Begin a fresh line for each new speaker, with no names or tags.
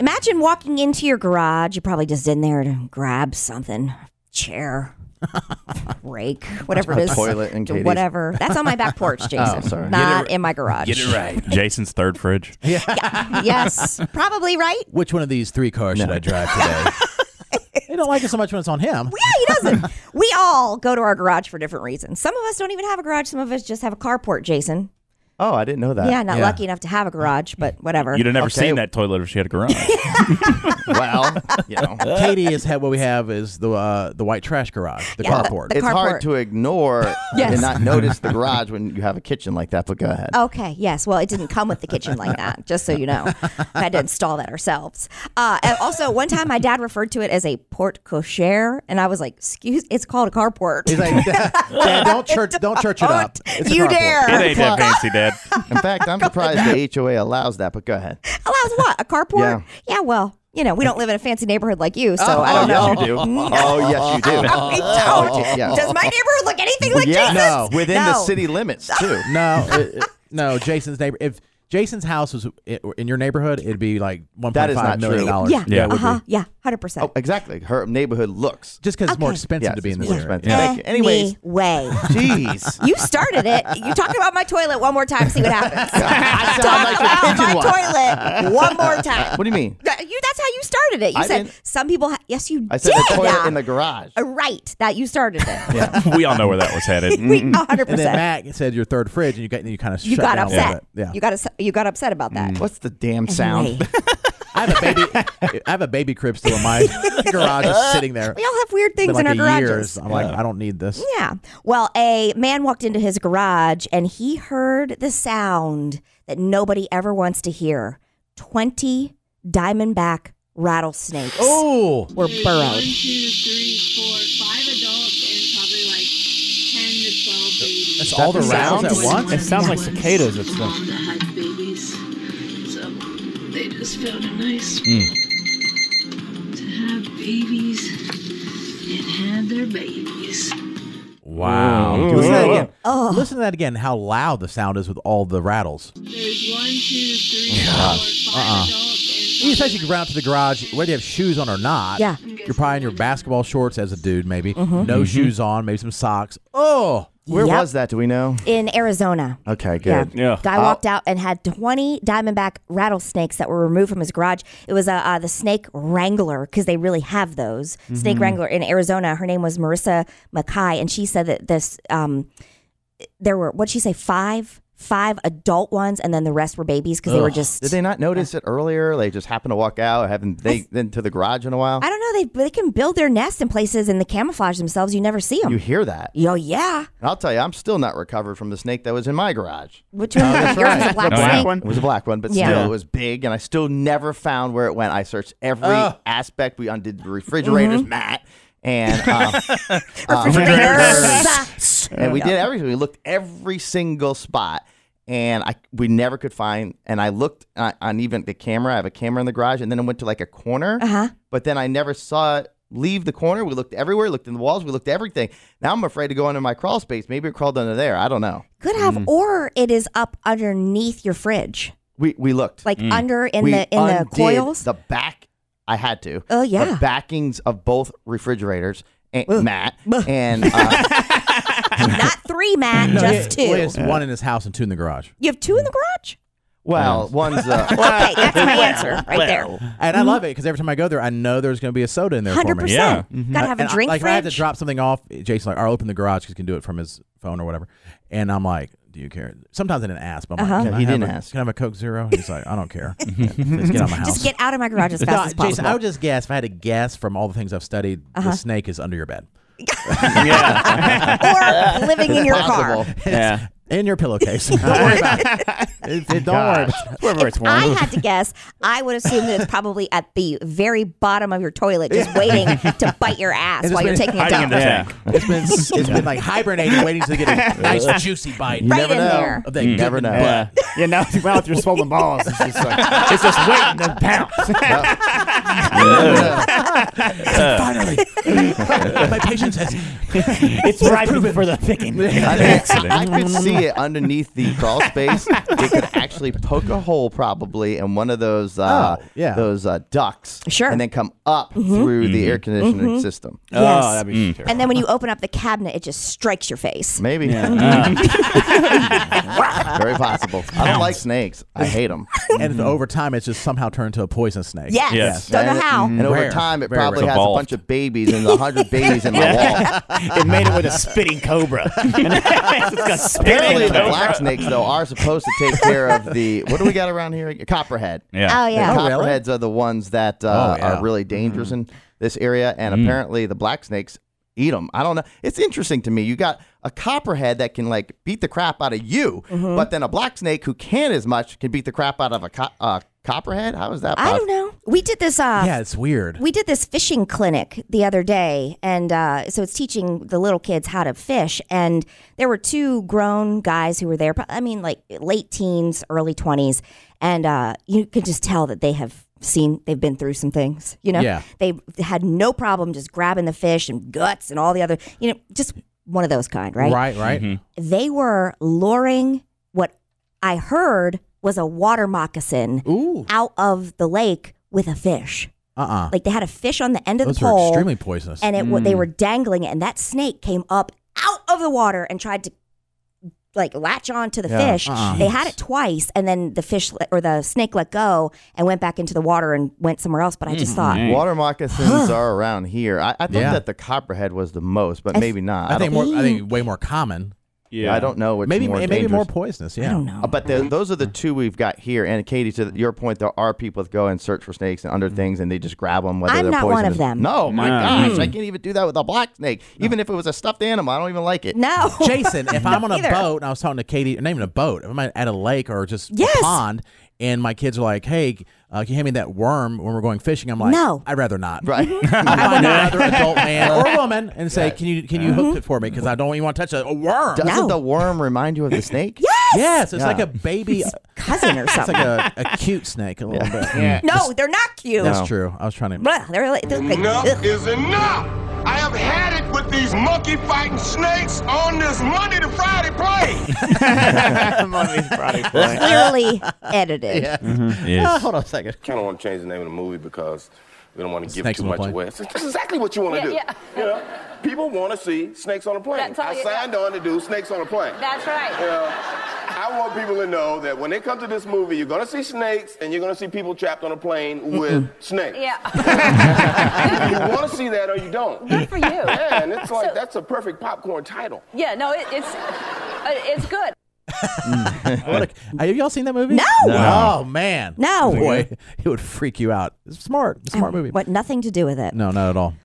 Imagine walking into your garage. You're probably just in there to grab something, chair, rake, whatever it
A
is,
toilet in
to
Katie's. Oh,
whatever. That's on my back porch, Jason.
sorry.
Not in my garage.
Get it right.
Jason's third fridge.
yes, probably right.
Which one of these three cars should I drive today? they don't like it so much when it's on him.
Yeah, he doesn't. we all go to our garage for different reasons. Some of us don't even have a garage. Some of us just have a carport, Jason.
Oh, I didn't know that.
yeah, not
yeah.
lucky enough to have a garage,
Uh,
but whatever.
You'd have never
Okay.
seen that toilet if she had a garage.
Well, you know,
Katie is had what we have is the uh, the white trash garage, the
Yeah, the-
carport.
the-
it's
carport.
hard to ignore
Yes. Oh,
and not notice the garage when you have a kitchen like that. But go ahead.
Okay, yes. Well, it didn't come with the kitchen like that, just so you know. We had to install that ourselves. Uh, and also, one time my dad referred to it as a porte cochere, and I was like, excuse, it's called a carport.
He's like, Dad, don't church, don't church it up. It's a
you
carport.
dare.
it ain't that fancy, Dad.
In fact, I'm surprised the HOA allows that. But go ahead.
Allows what? A carport? Yeah. well, you know, we don't live in a fancy neighborhood like you, so I don't know.
Oh, yes, you do. Oh, yes, you do.
No, we don't.
Yeah.
Does my neighborhood look anything like
yeah,
Jesus?
No.
within the
No.
city limits too.
No, it, it- no. Jason's neighbor. If Jason's house was i- in your neighborhood, it'd be like one
That
point
is
five
not
million
true.
dollars.
Yeah,
Yeah, it
uh
would
huh, yeah, hundred percent.
Oh, exactly. Her neighborhood looks.
just because it's more
Okay.
expensive
Yes,
to be in
it's
this
more
area.
expensive. Thank you. Anyways,
way.
jeez.
You started it. You talked about my toilet one more time. See what happens.
I sound
Talk
like your
about
kitchen
my
one.
toilet one more time.
What do you mean?
That- you- that's how you started it. You
I
said
didn't-
some people. Ha- yes, you
I said
did.
the toilet
that.
in the garage.
Uh, right, that you started it.
We all know where that was headed.
We hundred
And then
percent.
Matt said your third fridge, and you got you kind of
You
shut
got
down a little
upset.
bit. Yeah,
You got us- you got upset about that.
What's the damn sound?
Anyway,
I have a baby. I have a baby crib still in my garage, just sitting there.
we all have weird
Been
things
like
in our
a
garages.
years. I'm like, I don't need this.
Yeah. Well, a man walked into his garage and he heard the sound that nobody ever wants to hear 20 diamondback rattlesnakes
Oh,
were burrowed.
One, two, three, four, five adults and probably like ten to twelve babies.
that's all the
the
rounds at
sound?
once.
One
It sounds like
was
cicadas at some-
Mom that had babies, so they just felt it nice
Hmm.
to have babies and have their babies.
Wow. Listen to that again. Listen to that again. How loud the sound is with all the rattles.
There's one, two, three, four,
Uh-uh.
five adults
You
and
said you could run out to the garage, whether you have shoes on or not.
Yeah. Mm-hmm.
You're probably in your basketball shorts as a dude, maybe. No shoes on, maybe some socks. Oh,
Where
Yep.
was that? Do we know?
In Arizona.
Okay, good. Uh,
Yeah.
Yeah.
Guy walked out and had 20 diamondback rattlesnakes that were removed from his garage. It was uh, uh, the snake wrangler because they really have those.
Mm-hmm.
Snake wrangler in Arizona. Her name was Marissa Mackay, and she said that this um, there were what'd she say five five adult ones, and then the rest were babies because they were just.
Did they not notice it earlier? They just happened to walk out. or Haven't they been to the garage in a while?
I don't know. They they can build their nests in places and they camouflage themselves. You never see
You
them.
hear that?
Yo, yeah.
And I'll tell you, I'm still not recovered from the snake that was in my garage.
Which one?
Oh, that's
Yours is a
right.
black
The
snake.
black
It was a black one, but
Yeah.
still, it was big, and I still never found where it went. I searched every aspect. We undid the refrigerators,
Mm-hmm.
Matt, and uh,
Refrigerators.
and we did everything. We looked every single spot, and I we never could find. And I looked uh, on even the camera. I have a camera in the garage, and then it went to like a corner.
Uh-huh.
But then I never saw it leave the corner. We looked everywhere, looked in the walls, we looked everything. Now I'm afraid to go under my crawl space. Maybe it crawled under there. I don't know.
Could have, or it is up underneath your fridge,
We we looked
like under in
we
the in the
undid
coils.
The back, I had to.
Oh, yeah.
the backings of both refrigerators. And Matt and uh,
Not three, Matt, just two.
Well, he has one in his house and two in the garage.
You have two in the garage.
well, one's uh,
Okay, that's my answer right there.
And I love it because every time I go there, I know there's going to be a soda in there
Hundred
for me.
Yeah.
percent. Gotta have a
Mm-hmm. And I-
drink
like if I had to
fridge.
drop something off. Jason, like, I'll open the garage because he can do it from his phone or whatever. And I'm like, do you care? Sometimes I didn't ask, but I'm
Uh-huh.
like,
Yeah,
can I
he
have
didn't
a-
ask.
Can I have a Coke Zero? He's like, I don't care. Yeah, Please get out of my house.
Just get out of my garage as fast
No,
as possible. Uh-huh.
Jason, I would just guess if I had to guess from all the things I've studied, the snake is under your bed,
or living in your car.
possible.
Yeah.
in your pillowcase. don't worry about it. It- it- don't worry. about it.
Wherever it's
I
warm.
had to guess. I would assume that it's probably at the very bottom of your toilet, just waiting to bite your ass
It's
while you're
been
taking a
hiding in
dump.
the
Yeah.
tank.
It's been it's been like hibernating, waiting to get a nice juicy bite
Right
never
in
know.
there.
of that
You
good
never know.
butt.
Yeah. Yeah, now it's out with your swollen balls. It's just like, it's just waiting to pounce.
Finally, my patience has.
It's ripe for the picking.
I, I could see see it underneath the crawl space. it could actually poke a hole probably in one of those uh,
Oh, yeah.
those uh, ducts.
Sure.
And then come up through the air conditioning system.
Yes.
Oh, that'd be terrible.
And then when you open up the cabinet, it just strikes your face.
Maybe. Very possible. I don't like snakes. I hate them.
and
Mm-hmm.
if over time, it's just somehow turned into a poison snake.
Yes.
Yes.
Don't know how.
And over
Rare.
time, it
Very
probably
rare.
has a
Evolved.
bunch of babies and a hundred babies in my wall.
it made it with a spitting cobra. it's got
Apparently,
spitting
the
cobra.
black snakes though are supposed to take care of the what do we got around here? Copperhead.
Yeah.
Oh, yeah.
The
Oh, really?
copperheads are the ones that uh,
Oh, yeah. Mm.
are really dangerous in this area, and apparently the black snakes eat them. I don't know. It's interesting to me. You got a copperhead that can like beat the crap out of you,
Mm-hmm.
but then a black snake who can't as much can beat the crap out of a co- uh, copperhead. How is that?
I
possible?
don't know. We did this. Uh,
Yeah, it's weird.
We did this fishing clinic the other day, and uh, so it's teaching the little kids how to fish. And there were two grown guys who were there. pro- I mean, like late teens, early twenties, and uh, you could just tell that they have seen, they've been through some things. You know,
Yeah.
they had no problem just grabbing the fish and guts and all the other, you know, just one of those kind, right? Mm-hmm.
Right, right.
They were luring what I heard was a water moccasin
Ooh.
out of the lake with a fish
Uh uh
like they had a fish on the end of
Those
the
are
pole
extremely Mm. poisonous.
and it wa- they were dangling it and that snake came up out of the water and tried to like latch on to the
Yeah.
fish
Uh-uh.
they had it twice and then the fish le- or the snake let go and went back into the water and went somewhere else but i just thought
Mm.
Water moccasins are around here. I, I thought
Yeah.
that the copperhead was the most, but
I th-
maybe
Mm.
not.
I think more. I
Ew.
think way more common.
yeah. I don't know. Which
Maybe
more
maybe more
dangerous.
poisonous.
i
Yeah.
don't know
Uh, But the, those are the two we've got here. And Katie, to your point, there are people that go and search for snakes and under things, and they just grab them. Whether
Mm-hmm. I'm
they're
not one
poisonous.
of them. Mm-hmm.
No, my
No.
gosh, I can't even do that with a black snake. Even if it was a stuffed animal, I don't even like it.
no
Jason, if I'm on a
Either.
boat, and I was talking to Katie, not even a boat, if I'm at a lake or just
Yes.
a pond, and my kids are like, "Hey, uh, can you hand me that worm when we're going fishing?" I'm like,
No.
I'd rather not."
Right?
Mm-hmm.
I find another adult man or woman and say, "Can you can you
Mm-hmm.
hook it for me? Because I don't even want to touch a, a worm."
Doesn't
No.
the worm remind you of the snake? yeah.
Yes, it's
Yeah.
like a baby. It's
cousin or something
like a, a cute snake a little bit.
no they're not cute
That's
No.
true. I was trying to.
Blah, they're like, they're like,
Enough
ugh.
is enough. I have had it with these monkey fighting snakes on this Monday to Friday play.
eerily edited
Yes.
Hold on a second.
kind of want to change the name of the movie because we don't want to give
Snakes on
too
a
much
plane.
away. That's that's exactly what you want to do.
Yeah,
You know, people want to see snakes on a plane.
That's all
I
you-
signed on to do snakes on a plane.
That's right.
You know, I want people to know that when they come to this movie, you're gonna see snakes and you're gonna see people trapped on a plane with snakes.
Yeah.
You want to see that or you don't.
Good for you.
Yeah, and it's like
So-
that's a perfect popcorn title.
Yeah, no, it, it's uh, it's good.
What a- have y'all seen that movie?
No.
Oh man.
No. Oh,
Boy, it would freak you out. It's smart. It's a smart movie.
what nothing to do with it
No, not at all.